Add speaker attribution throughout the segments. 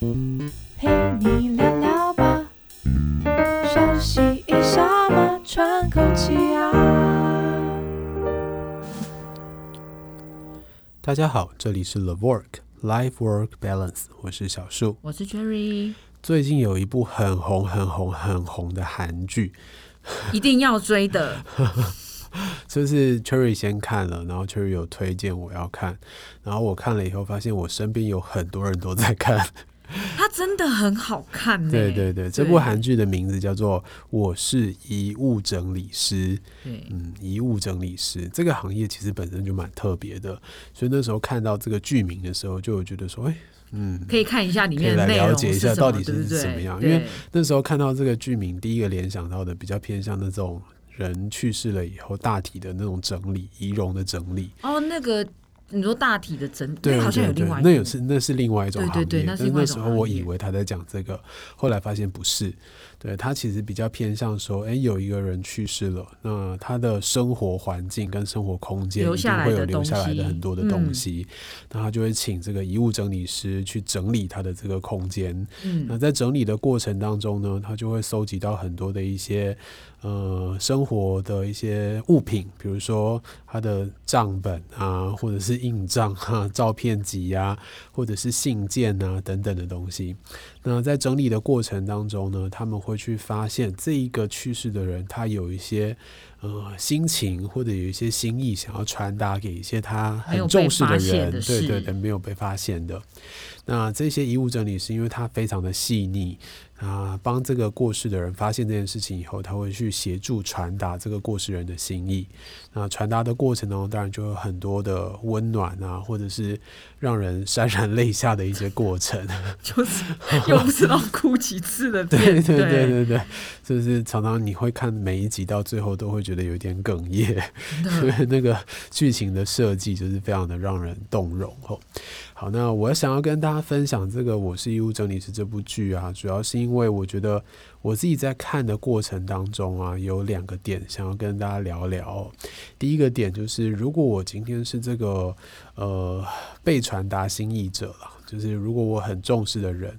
Speaker 1: 陪你聊聊吧，休息一下嘛，喘口气啊。
Speaker 2: 大家好，这里是 The Work Life Work Balance，我是小树。
Speaker 3: 我是 Cherry，
Speaker 2: 最近有一部很红、很红、很红的韩剧，
Speaker 3: 一定要 追的。
Speaker 2: 就是 Cherry 先看了，然后 Cherry 有推荐我要看，然后我看了以后发现我身边有很多人都在看。
Speaker 3: 它真的很好看 呢、
Speaker 2: 对对对，这部韩剧的名字叫做《我是遗物整理师》。
Speaker 3: 对
Speaker 2: 嗯，遗物整理师这个行业其实本身就蛮特别的，所以那时候看到这个剧名的时候，就有觉得说，哎、嗯，
Speaker 3: 可以看一下里面的
Speaker 2: 可以
Speaker 3: 内
Speaker 2: 来了
Speaker 3: 容
Speaker 2: 解
Speaker 3: 是
Speaker 2: 一下
Speaker 3: 什
Speaker 2: 到
Speaker 3: 么，
Speaker 2: 底是
Speaker 3: 对不对
Speaker 2: 怎么样
Speaker 3: 对
Speaker 2: 因为那时候看到这个剧名，第一个联想到的比较偏向那种人去世了以后大体的那种整理、仪容的整理。
Speaker 3: 哦，那个你说大体的整，那
Speaker 2: 对
Speaker 3: 个好像有
Speaker 2: 对对
Speaker 3: 另外，一
Speaker 2: 那
Speaker 3: 个
Speaker 2: 有是那是另外一种
Speaker 3: 对
Speaker 2: 行
Speaker 3: 对
Speaker 2: 业，
Speaker 3: 对那
Speaker 2: 但
Speaker 3: 是
Speaker 2: 是
Speaker 3: 另外
Speaker 2: 那
Speaker 3: 一
Speaker 2: 时
Speaker 3: 种
Speaker 2: 候我
Speaker 3: 行
Speaker 2: 以
Speaker 3: 业
Speaker 2: 为他在讲这个，后来发现不是。对他其实比较偏向说，哎、有一个人去世了，那他的生活环境跟生活空间
Speaker 3: 留
Speaker 2: 一定
Speaker 3: 下来
Speaker 2: 会有
Speaker 3: 的
Speaker 2: 留
Speaker 3: 东
Speaker 2: 下来的
Speaker 3: 西
Speaker 2: 很多的东
Speaker 3: 嗯
Speaker 2: 西，那他就会请这个遗物整理师去整理他的这个空间，那
Speaker 3: 嗯，
Speaker 2: 在整理的过程当中呢，他就会收集到很多的一些呃生活的一些物品，比如说他的账本啊，或者是印章啊、照片集啊，或者是信件啊等等的东西。那在整理的过程当中呢，他们会去发现这一个去世的人，他有一些呃心情或者有一些心意想要传达给一些他
Speaker 3: 没
Speaker 2: 很
Speaker 3: 有
Speaker 2: 重
Speaker 3: 被
Speaker 2: 视的
Speaker 3: 发现
Speaker 2: 人，
Speaker 3: 的
Speaker 2: 对对
Speaker 3: 事
Speaker 2: 对，没有被发现的。那这些遗物整理是因为他非常的细腻啊，帮这个过世的人发现这件事情以后，他会去协助传达这个过世人的心意。那传达的过程当中，当然就有很多的温暖啊，或者是让人潸然泪下的一些过程。
Speaker 3: 就是又不知道哭几次的
Speaker 2: 对
Speaker 3: 片，
Speaker 2: 对对对对，就是常常你会看每一集到最后都会觉得有点哽咽，
Speaker 3: 真
Speaker 2: 因
Speaker 3: 的
Speaker 2: 为那个剧情的设计就是非常的让人动容哦。好，那我想要跟大家分享这个《我是医务整理师》这部剧啊，主要是因为我觉得我自己在看的过程当中啊，有两个点想要跟大家聊聊哦、第一个点就是，如果我今天是这个呃被传达心意者了，就是如果我很重视的人，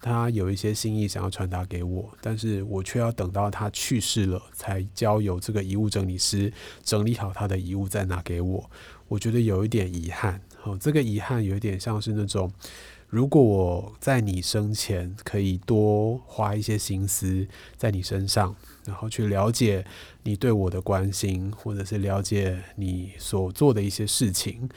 Speaker 2: 他有一些心意想要传达给我，但是我却要等到他去世了，才交由这个遗物整理师整理好他的遗物再拿给我，我觉得有一点遗憾。哦，这个遗憾有一点像是那种，如果我在你生前可以多花一些心思在你身上，然后去了解你对我的关心，或者是了解你所做的一些事情。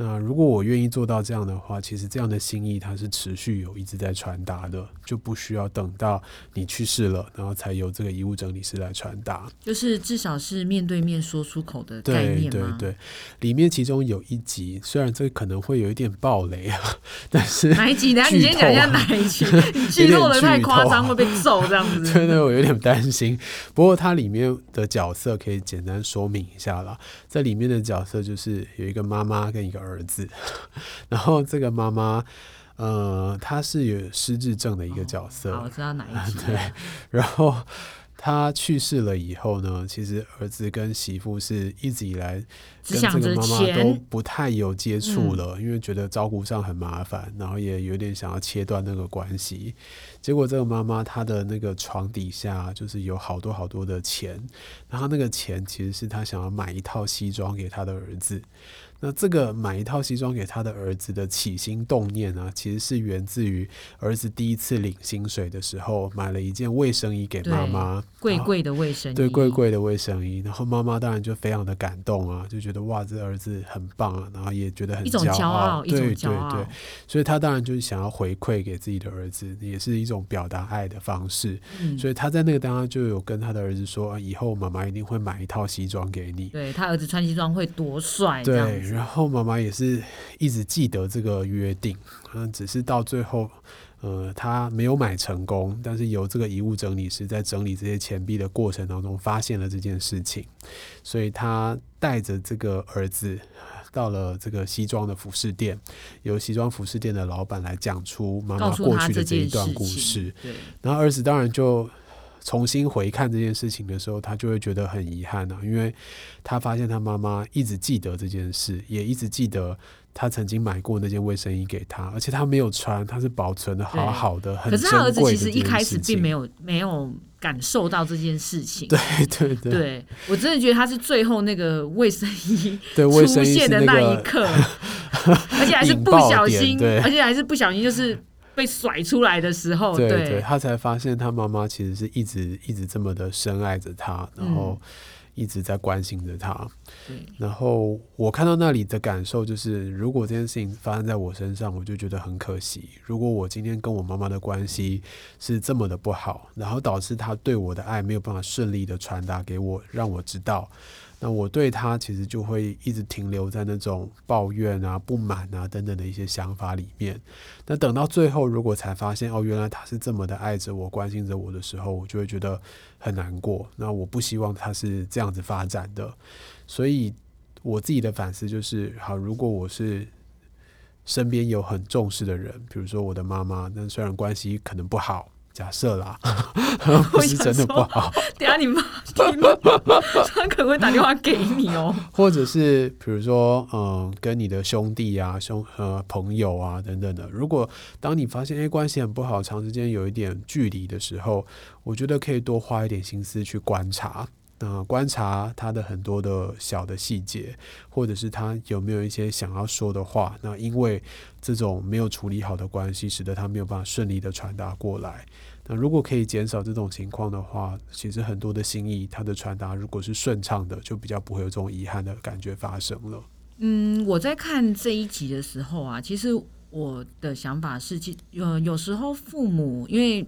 Speaker 2: 那如果我愿意做到这样的话，其实这样的心意它是持续有一直在传达的，就不需要等到你去世了，然后才由这个遗物整理师来传达。
Speaker 3: 就是至少是面对面说出口的概
Speaker 2: 对
Speaker 3: 念
Speaker 2: 对
Speaker 3: 嘛。
Speaker 2: 对，里面其中有一集，虽然这可能会有一点暴雷啊， 但是
Speaker 3: 哪一 集？等一下你先讲一下哪一集，
Speaker 2: 啊
Speaker 3: 你剧透的太夸张会被揍这样 子。
Speaker 2: 真的我有点担心。不过它里面的角色可以简单说明一下啦，在里面的角色就是有一个妈妈跟一个儿子， 然后这个妈妈。呃，她是有失智症的一个角色，
Speaker 3: 哦好，我知道哪一集了。
Speaker 2: 对，然后他去世了以后呢，其实儿子跟媳妇是一直以来
Speaker 3: 只
Speaker 2: 跟这个
Speaker 3: 想着
Speaker 2: 妈妈
Speaker 3: 钱嗯
Speaker 2: 都不太有接触了，因为觉得照顾上很麻烦，然后也有点想要切断那个关系。结果这个妈妈她的那个床底下就是有好多好多的钱，然后那个钱其实是她想要买一套西装给她的儿子。那这个买一套西装给他的儿子的起心动念呢、其实是源自于儿子第一次领薪水的时候，买了一件卫生衣给妈妈，
Speaker 3: 贵
Speaker 2: 然后
Speaker 3: 贵的卫生
Speaker 2: 对
Speaker 3: 衣
Speaker 2: 贵贵的卫生衣，然后妈妈当然就非常的感动啊，就觉得哇，这儿子很棒啊，然后也觉得很
Speaker 3: 一种骄傲，一种
Speaker 2: 对
Speaker 3: 骄
Speaker 2: 对
Speaker 3: 傲
Speaker 2: 对，，所以他当然就是想要回馈给自己的儿子，也是一种表达爱的方式，
Speaker 3: 嗯，
Speaker 2: 所以他在那个当中就有跟他的儿子说，啊以后妈妈一定会买一套西装给你，
Speaker 3: 对他儿子穿西装会多帅这样
Speaker 2: 对，
Speaker 3: 子。
Speaker 2: 然后妈妈也是一直记得这个约定，嗯，只是到最后，呃，她没有买成功，但是由这个遗物整理师在整理这些钱币的过程当中发现了这件事情，所以她带着这个儿子到了这个西装的服饰店，由西装服饰店的老板来讲出妈妈
Speaker 3: 告诉
Speaker 2: 过
Speaker 3: 他
Speaker 2: 去的这
Speaker 3: 这
Speaker 2: 一
Speaker 3: 件
Speaker 2: 段
Speaker 3: 事
Speaker 2: 故
Speaker 3: 情
Speaker 2: 事，，
Speaker 3: 对，
Speaker 2: 然后儿子当然就重新回看这件事情的时候，他就会觉得很遗憾啊，因为他发现他妈妈一直记得这件事，也一直记得他曾经买过那件卫生衣给他，而且他没有穿，他是保存的好好的，很
Speaker 3: 可是他儿
Speaker 2: 珍
Speaker 3: 子
Speaker 2: 贵的
Speaker 3: 其实
Speaker 2: 这
Speaker 3: 一
Speaker 2: 件
Speaker 3: 开
Speaker 2: 事
Speaker 3: 始并
Speaker 2: 情
Speaker 3: 没有没有感受到这件事情。
Speaker 2: 对对对
Speaker 3: 对我真的觉得他是最后那个卫生衣
Speaker 2: 对卫
Speaker 3: 出
Speaker 2: 生衣是
Speaker 3: 现的
Speaker 2: 那
Speaker 3: 那一
Speaker 2: 个
Speaker 3: 刻， 而且还是
Speaker 2: 引
Speaker 3: 不
Speaker 2: 爆
Speaker 3: 小
Speaker 2: 点
Speaker 3: 心
Speaker 2: 对，
Speaker 3: 而且还是不小心就是被甩出来的时候，
Speaker 2: 对他才发现他妈妈其实是一直一直这么的深爱着他，然后一直在关心着他。
Speaker 3: 对
Speaker 2: 然后我看到那里的感受就是，如果这件事情发生在我身上，我就觉得很可惜。如果我今天跟我妈妈的关系是这么的不好，然后导致她对我的爱没有办法顺利的传达给我，让我知道，那我对她其实就会一直停留在那种抱怨啊、不满啊等等的一些想法里面。那等到最后，如果才发现哦，原来她是这么的爱着我、关心着我的时候，我就会觉得很难过。那我不希望她是这样子发展的。所以我自己的反思就是：好，如果我是身边有很重视的人，比如说我的妈妈，但虽然关系可能不好，假设啦， 不是真的不好，
Speaker 3: 等一下你妈，你妈，她可能会打电话给你哦。
Speaker 2: 或者是比如说，嗯，跟你的兄弟啊、兄呃朋友啊等等的，如果当你发现哎、诶关系很不好，长时间有一点距离的时候，我觉得可以多花一点心思去观察。那、观察他的很多的小的细节，或者是他有没有一些想要说的话。那因为这种没有处理好的关系，使得他没有办法顺利的传达过来。那如果可以减少这种情况的话，其实很多的心意，它的传达如果是顺畅的，就比较不会有这种遗憾的感觉发生了。
Speaker 3: 嗯，我在看这一集的时候啊，其实我的想法是，其呃，有时候父母因为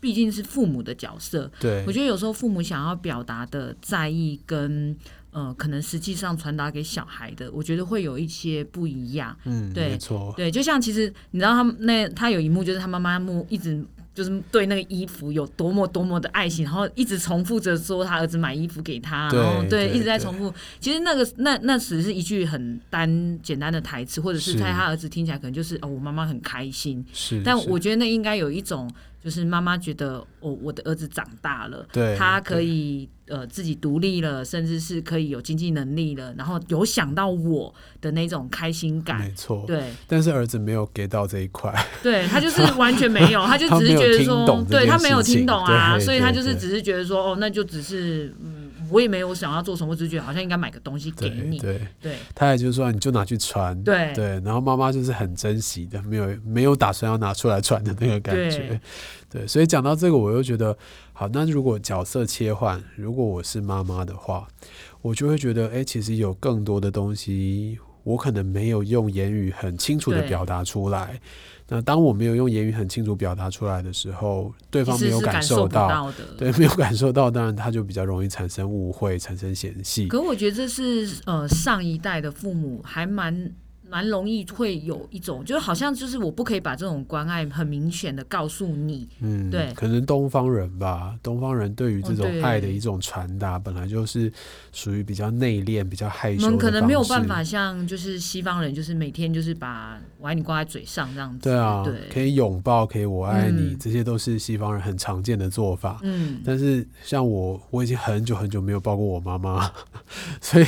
Speaker 3: 毕竟是父母的角色，
Speaker 2: 对
Speaker 3: 我，觉得有时候父母想要表达的在意跟呃，可能实际上传达给小孩的，我觉得会有一些不一样。
Speaker 2: 嗯，
Speaker 3: 对
Speaker 2: 没错，
Speaker 3: 对，就像其实你知道他们那他有一幕就是他妈妈幕一直就是对那个衣服有多么多么的爱心，然后一直重复着说他儿子买衣服给他，然后
Speaker 2: 对
Speaker 3: 对
Speaker 2: 对
Speaker 3: 一直在
Speaker 2: 对
Speaker 3: 重复。其实那个那那只是一句很单简单的台词，或者是
Speaker 2: 是
Speaker 3: 在他儿子听起来可能就是哦我妈妈很开心，
Speaker 2: 是。
Speaker 3: 但
Speaker 2: 是
Speaker 3: 我觉得那应该有一种就是妈妈觉得哦我的儿子长大了。
Speaker 2: 对
Speaker 3: 他可
Speaker 2: 对
Speaker 3: 以呃自己独立了，甚至是可以有经济能力了，然后有想到我的那种开心感
Speaker 2: 没，错，
Speaker 3: 对，
Speaker 2: 但是儿子没有给到这一块，
Speaker 3: 对 他就是完全没有，他就
Speaker 2: 他
Speaker 3: 只
Speaker 2: 没
Speaker 3: 是
Speaker 2: 有
Speaker 3: 觉得
Speaker 2: 听
Speaker 3: 说
Speaker 2: 懂，这
Speaker 3: 对
Speaker 2: 件
Speaker 3: 他没有
Speaker 2: 事情
Speaker 3: 听懂啊，
Speaker 2: 对
Speaker 3: 所以他
Speaker 2: 对
Speaker 3: 就是
Speaker 2: 对
Speaker 3: 只是觉得说，哦，那就只是嗯，我也没有想要做什么，我只是觉得好像应该买个东西给
Speaker 2: 对
Speaker 3: 你，
Speaker 2: 对，
Speaker 3: 对
Speaker 2: 他也就是说你就拿去穿，
Speaker 3: 对
Speaker 2: 对，然后妈妈就是很珍惜的，没有没有打算要拿出来穿的那个感觉， 对，所以讲到这个，我又觉得好，那如果角色切换，如果我是妈妈的话，我就会觉得，哎、其实有更多的东西。我可能没有用言语很清楚的
Speaker 3: 对
Speaker 2: 表达出来，那当我没有用言语很清楚表达出来的时候，对
Speaker 3: 其
Speaker 2: 方没
Speaker 3: 实
Speaker 2: 有
Speaker 3: 是
Speaker 2: 感
Speaker 3: 受
Speaker 2: 受
Speaker 3: 不
Speaker 2: 到，
Speaker 3: 到的。
Speaker 2: 对，没有感受到，当然他就比较容易产生误会，产生嫌隙。
Speaker 3: 可我觉得这是呃上一代的父母还蛮。蛮容易会有一种，就是好像就是我不可以把这种关爱很明显的告诉你，
Speaker 2: 嗯，
Speaker 3: 对
Speaker 2: 可能东方人吧，东方人对于这
Speaker 3: 哦
Speaker 2: 种
Speaker 3: 对
Speaker 2: 爱的一种传达，本来就是属于比较内敛、比较害羞
Speaker 3: 我
Speaker 2: 的
Speaker 3: 们可能没有
Speaker 2: 方
Speaker 3: 办
Speaker 2: 式
Speaker 3: 法像就是西方人，就是每天就是把我爱你挂在嘴上这样子，
Speaker 2: 对啊，可
Speaker 3: 对，
Speaker 2: 以拥抱，可以我爱你，
Speaker 3: 嗯
Speaker 2: 这些都是西方人很常见的做法。
Speaker 3: 嗯，
Speaker 2: 但是像我，我已经很久很久没有抱过我妈妈， 所以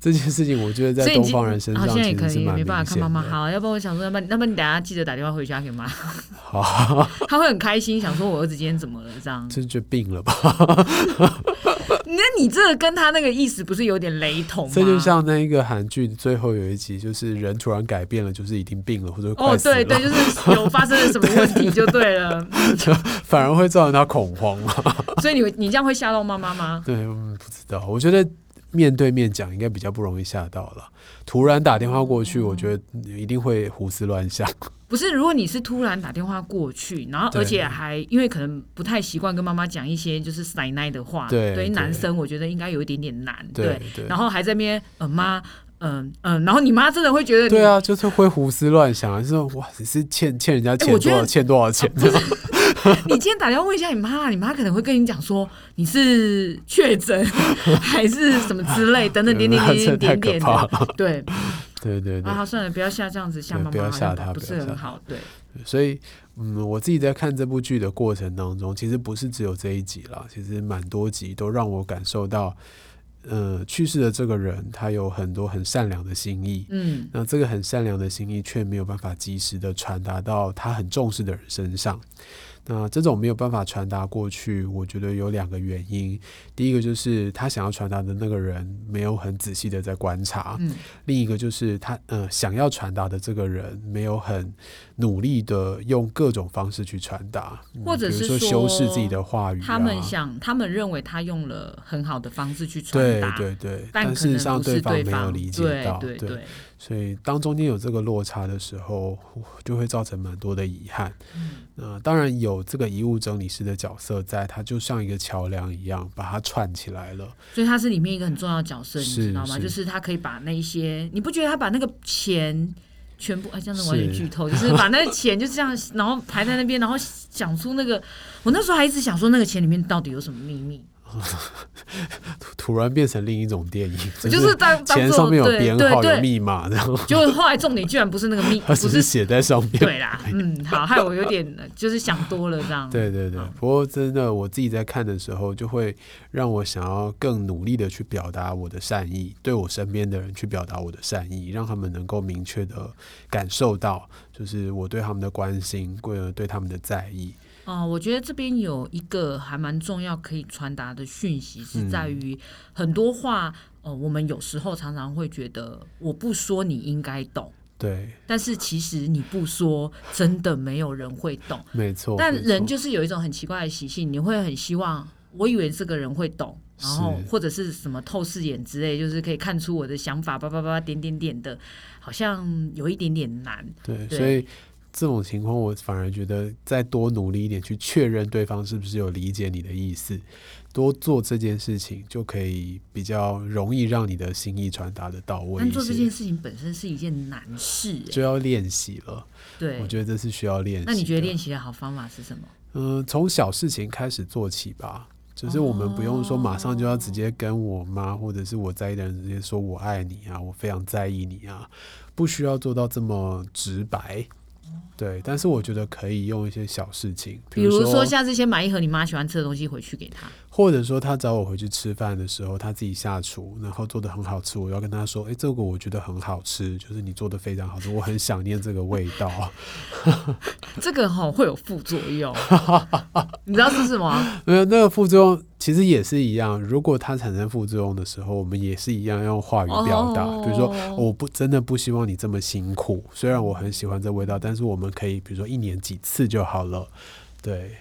Speaker 2: 这件事情我觉得
Speaker 3: 所
Speaker 2: 在
Speaker 3: 以已
Speaker 2: 东
Speaker 3: 经
Speaker 2: 方人身
Speaker 3: 好
Speaker 2: 上
Speaker 3: 像也
Speaker 2: 其
Speaker 3: 可
Speaker 2: 实是
Speaker 3: 以
Speaker 2: 蛮
Speaker 3: 没
Speaker 2: 明
Speaker 3: 办法看
Speaker 2: 显
Speaker 3: 妈妈。
Speaker 2: 的。
Speaker 3: 好，要不我想说，要不然那么你等下记得打电话回家给妈，
Speaker 2: 好，
Speaker 3: 她会很开心，想说我儿子今天怎么了这样。
Speaker 2: 这就病了吧？
Speaker 3: 那你这个跟他那个意思不是有点雷同吗？
Speaker 2: 这就像那一个韩剧最后有一集，就是人突然改变了，就是已经病了或者
Speaker 3: 哦
Speaker 2: 快，死了。
Speaker 3: 对对，就是有发生了什么问题就对了。
Speaker 2: 反而会造成他恐慌嘛？
Speaker 3: 所以你你这样会吓到妈妈吗？
Speaker 2: 对，嗯，不知道。我觉得面对面讲应该比较不容易吓到了。突然打电话过
Speaker 3: 嗯
Speaker 2: 去，我觉得一定会胡思乱想。
Speaker 3: 不是，如果你是突然打电话过去，然后
Speaker 2: 对
Speaker 3: 而且还因为可能不太习惯跟妈妈讲一些就是奶奶的话，
Speaker 2: 对
Speaker 3: 对
Speaker 2: 对
Speaker 3: 于男生我觉得应该有一点点难，
Speaker 2: 对对
Speaker 3: 然后还在那边呃妈嗯嗯、然后你妈真的会觉得你
Speaker 2: 对啊，就是会胡思乱想，就是说哇，你是欠欠人家
Speaker 3: 哎我
Speaker 2: 钱
Speaker 3: 觉
Speaker 2: 多
Speaker 3: 得
Speaker 2: 少，欠多少钱？
Speaker 3: 你今天打电话问一下你妈啦，你妈可能会跟你讲说你是 确诊还是什么之类，等等点点点 点点
Speaker 2: 这
Speaker 3: 点
Speaker 2: 太可
Speaker 3: 的。对，
Speaker 2: 对对对
Speaker 3: 啊，。好算了，不要吓这样子吓妈
Speaker 2: 对不要
Speaker 3: 妈，好像
Speaker 2: 吓她
Speaker 3: 不
Speaker 2: 不
Speaker 3: 是
Speaker 2: 要吓
Speaker 3: 很好。对，
Speaker 2: 所以，嗯，我自己在看这部剧的过程当中，其实不是只有这一集啦，其实蛮多集都让我感受到，呃去世的这个人他有很多很善良的心意，
Speaker 3: 嗯，
Speaker 2: 那这个很善良的心意却没有办法及时的传达到他很重视的人身上。那这种没有办法传达过去，我觉得有两个原因。第一个就是他想要传达的那个人没有很仔细的在观察，
Speaker 3: 嗯
Speaker 2: 另一个就是他呃想要传达的这个人没有很努力的用各种方式去传达，嗯
Speaker 3: 或者
Speaker 2: 比
Speaker 3: 是
Speaker 2: 如说
Speaker 3: 说
Speaker 2: 修饰自己的话语、啊，
Speaker 3: 他们想，他们认为他用了很好的方式去传
Speaker 2: 对
Speaker 3: 达，
Speaker 2: 对对，
Speaker 3: 但
Speaker 2: 但
Speaker 3: 可
Speaker 2: 事实
Speaker 3: 能
Speaker 2: 上
Speaker 3: 不是
Speaker 2: 方没有
Speaker 3: 方
Speaker 2: 理解到，
Speaker 3: 对对，
Speaker 2: 所以当中间有这个落差的时候，就会造成蛮多的遗憾。
Speaker 3: 嗯
Speaker 2: 那、当然有这个遗物整理师的角色在，它就像一个桥梁一样，把它串起来了。
Speaker 3: 所以他是里面一个很重要的角色，你
Speaker 2: 是
Speaker 3: 知道吗？
Speaker 2: 是
Speaker 3: 就是他可以把那一些，你不觉得他把那个钱全部，哎，这样子我有点
Speaker 2: 是
Speaker 3: 剧 透，就是把那个钱就这样，然后排在那边，然后讲出那个，我那时候还一直想说那个钱里面到底有什么秘密，
Speaker 2: 突突然变成另一种电影，
Speaker 3: 我
Speaker 2: 就
Speaker 3: 就是当当
Speaker 2: 钱
Speaker 3: 做
Speaker 2: 上面有
Speaker 3: 对
Speaker 2: 编
Speaker 3: 对
Speaker 2: 号、有
Speaker 3: 对，
Speaker 2: 密码，然后
Speaker 3: 结果后来重点居然不是那个 秘，
Speaker 2: 它
Speaker 3: 不
Speaker 2: 只是
Speaker 3: 是
Speaker 2: 写哎在上面。
Speaker 3: 对啦，嗯，好，害我有点呃就是想多了这样，
Speaker 2: 对对对，不过真的，我自己在看的时候，就会让我想要更努力的去表达我的善意，对我身边的人去表达我的善意，让他们能够明确的感受到，就是我对他们的关心，呃，对他们的在意。
Speaker 3: 哦、我觉得这边有一个还蛮重要可以传达的讯息，
Speaker 2: 嗯
Speaker 3: 是在于很多话，呃，我们有时候常常会觉得我不说你应该懂，
Speaker 2: 对，
Speaker 3: 但是其实你不说，真的没有人会懂。
Speaker 2: 没错。
Speaker 3: 但
Speaker 2: 哦没错
Speaker 3: 人就是有一种很奇怪的习性，你会很希望，我以为这个人会懂，然后
Speaker 2: 是
Speaker 3: 或者是什么透视眼之类，就是可以看出我的想法，叭叭叭点点点的，好像有一点点难。
Speaker 2: 对，
Speaker 3: 对
Speaker 2: 所以这种情况，我反而觉得再多努力一点，去确认对方是不是有理解你的意思，多做这件事情，就可以比较容易让你的心意传达的到位
Speaker 3: 但
Speaker 2: 一
Speaker 3: 做这件
Speaker 2: 些。
Speaker 3: 事情本身是一件难事、欸
Speaker 2: 就要练习了，
Speaker 3: 对，
Speaker 2: 我觉得这是需要练习。
Speaker 3: 那你觉得练
Speaker 2: 习？
Speaker 3: 习的好方法是什么？
Speaker 2: 嗯、从小事情开始做起吧。就是我们不用说马上就要直接跟我
Speaker 3: 哦
Speaker 2: 妈或者是我在意的人直接说我爱你啊，我非常在意你啊，不需要做到这么直白。对，但是我觉得可以用一些小事情，
Speaker 3: 比如说，下次先买一盒你妈喜欢吃的东西回去 给她。
Speaker 2: 或者说他找我回去吃饭的时候，他自己下厨，然后做的很好吃，我要跟他说，哎、这个我觉得很好吃，就是你做的非常好吃，我很想念这个味道。
Speaker 3: 这个哈、会有副作 用，你知道是什么啊吗？
Speaker 2: 没啊有那个副作用，其实也是一样。如果它产生副作用的时候，我们也是一样要用话语表达。比如说，
Speaker 3: 哦
Speaker 2: 我不真的不希望你这么辛苦，虽然我很喜欢这味道，但是我们可以比如说一年几次就好了。对，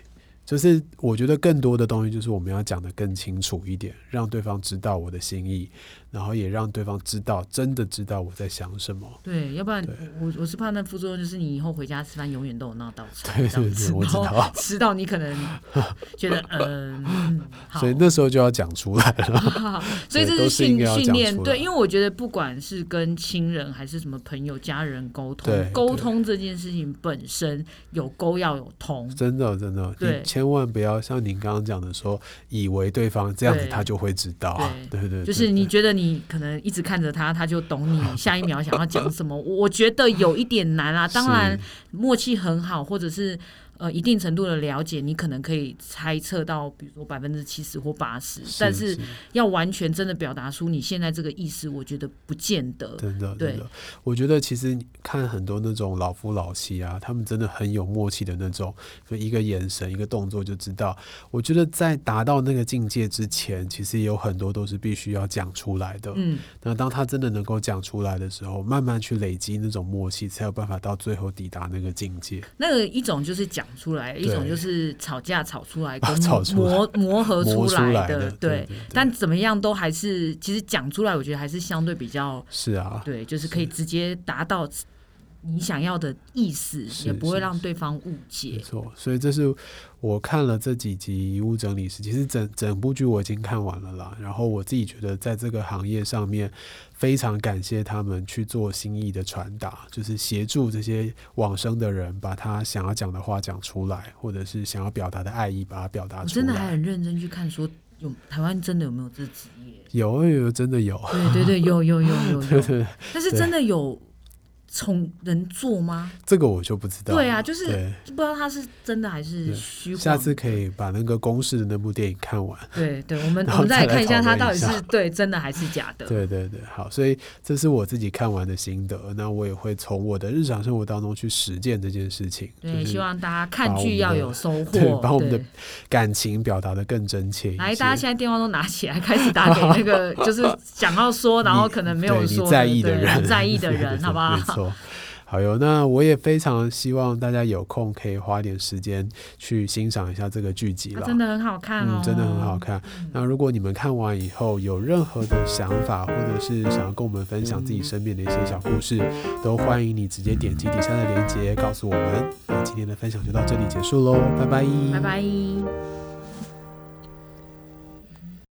Speaker 2: 就是我觉得更多的东西就是我们要讲的更清楚一点，让对方知道我的心意，然后也让对方知道真的知道我在想什么。
Speaker 3: 对，要不然
Speaker 2: 对
Speaker 3: 我我是怕那副作用就是你以后回家吃饭永远都有那道菜，
Speaker 2: 对
Speaker 3: 这样
Speaker 2: 对
Speaker 3: 子
Speaker 2: 对我知
Speaker 3: 然后
Speaker 2: 道
Speaker 3: 吃到你可能 觉得嗯，好
Speaker 2: 所以那时候就要讲出来了。
Speaker 3: 所以这
Speaker 2: 对都是应
Speaker 3: 训
Speaker 2: 该要
Speaker 3: 训
Speaker 2: 讲
Speaker 3: 练，
Speaker 2: 出来
Speaker 3: 对，因为我觉得不管是跟亲人还是什么朋友、家人沟
Speaker 2: 对
Speaker 3: 通，沟通这件事情本身有沟要有通，
Speaker 2: 真的，真的，
Speaker 3: 对
Speaker 2: 你千万不要像您刚刚讲的说，以为对方这样子
Speaker 3: 对
Speaker 2: 他就会知道，对
Speaker 3: 对
Speaker 2: 对对，
Speaker 3: 就是你觉得你可能一直看着他，他就 懂你下一秒想要讲什么。我我觉得有一点难啊。
Speaker 2: 是
Speaker 3: 当然，默契很好，或者是呃一定程度的了解，你可能可以猜测到，比如说百分之七十或八十，但是要完全真的表达出你现在这个意思，我觉得不见得。
Speaker 2: 真的，
Speaker 3: 对
Speaker 2: 真的，我觉得其实你看很多那种老夫老妻啊，他们真的很有默契的那种，就一个眼神、一个动作就知道。我觉得在达到那个境界之前，其实也有很多都是必须要讲出来的。
Speaker 3: 嗯，
Speaker 2: 那当他真的能够讲出来的时候，慢慢去累积那种默契，才有办法到最后抵达那个境界。
Speaker 3: 那个一种就是讲出来，一种
Speaker 2: 对
Speaker 3: 就是吵架吵出来，
Speaker 2: 啊
Speaker 3: 跟
Speaker 2: 吵出来
Speaker 3: 磨磨合
Speaker 2: 磨出
Speaker 3: 来
Speaker 2: 来的对对对
Speaker 3: 但怎么样都还是，其实讲出来，我觉得还是相对比较
Speaker 2: 是啊，
Speaker 3: 对，就是可以直接达到你想要的意思，
Speaker 2: 是
Speaker 3: 也不
Speaker 2: 是
Speaker 3: 会让对方误
Speaker 2: 没
Speaker 3: 解。
Speaker 2: 错，所以这是我看了这几集《遗物整理师》，其实整整部剧我已经看完了啦。然后我自己觉得，在这个行业上面，非常感谢他们去做心意的传达，就是协助这些往生的人把他想要讲的话讲出来，或者是想要表达的爱意把它表达
Speaker 3: 我
Speaker 2: 出
Speaker 3: 哦真的还
Speaker 2: 来。
Speaker 3: 很认真去看，说有台湾真的有没有这职业？
Speaker 2: 有有有，真的有，
Speaker 3: 对对对，有有有有
Speaker 2: 对
Speaker 3: 有，
Speaker 2: 对
Speaker 3: 但是真的有宠人做吗？
Speaker 2: 这个我就不知道了。
Speaker 3: 对啊，就是
Speaker 2: 对
Speaker 3: 不知道他是真的还是
Speaker 2: 对
Speaker 3: 虚
Speaker 2: 下
Speaker 3: 幻。
Speaker 2: 次可以把那个公式的那部电影看完。
Speaker 3: 对对，我 们
Speaker 2: 然
Speaker 3: 我
Speaker 2: 后
Speaker 3: 们
Speaker 2: 再
Speaker 3: 来
Speaker 2: 来
Speaker 3: 看一下
Speaker 2: 讨论
Speaker 3: 他
Speaker 2: 一
Speaker 3: 到底
Speaker 2: 下
Speaker 3: 是对真的还是假的。
Speaker 2: 对对对，好，所以这是我自己看完的心得。那我也会从我的日常生活当中去实践这件事情，就
Speaker 3: 对，
Speaker 2: 是
Speaker 3: 希望大家
Speaker 2: 把
Speaker 3: 看
Speaker 2: 我们
Speaker 3: 剧要
Speaker 2: 的
Speaker 3: 有收获。
Speaker 2: 对把我们的
Speaker 3: 对
Speaker 2: 感情表达的更真切一些。
Speaker 3: 来，大家现在电话都拿起来， 开始打给那 个就是想要说，然后可能没有
Speaker 2: 对
Speaker 3: 说
Speaker 2: 你在意的
Speaker 3: 对
Speaker 2: 人，
Speaker 3: 你在意 的
Speaker 2: 对对
Speaker 3: 人，
Speaker 2: 对
Speaker 3: 好啊不
Speaker 2: 没
Speaker 3: 好？
Speaker 2: 错。好哟，那我也非常希望大家有空可以花点时间去欣赏一下这个剧集
Speaker 3: 它
Speaker 2: 啦。
Speaker 3: 真的很好看哦，
Speaker 2: 嗯，真的很好。看。那如果你们看完以后有任何的想法，或者是想要跟我们分享自己身边的一些小故事，都欢迎你直接点击底下的链接告诉我们。那今天的分享就到这里结束喽，拜拜，
Speaker 3: 拜拜。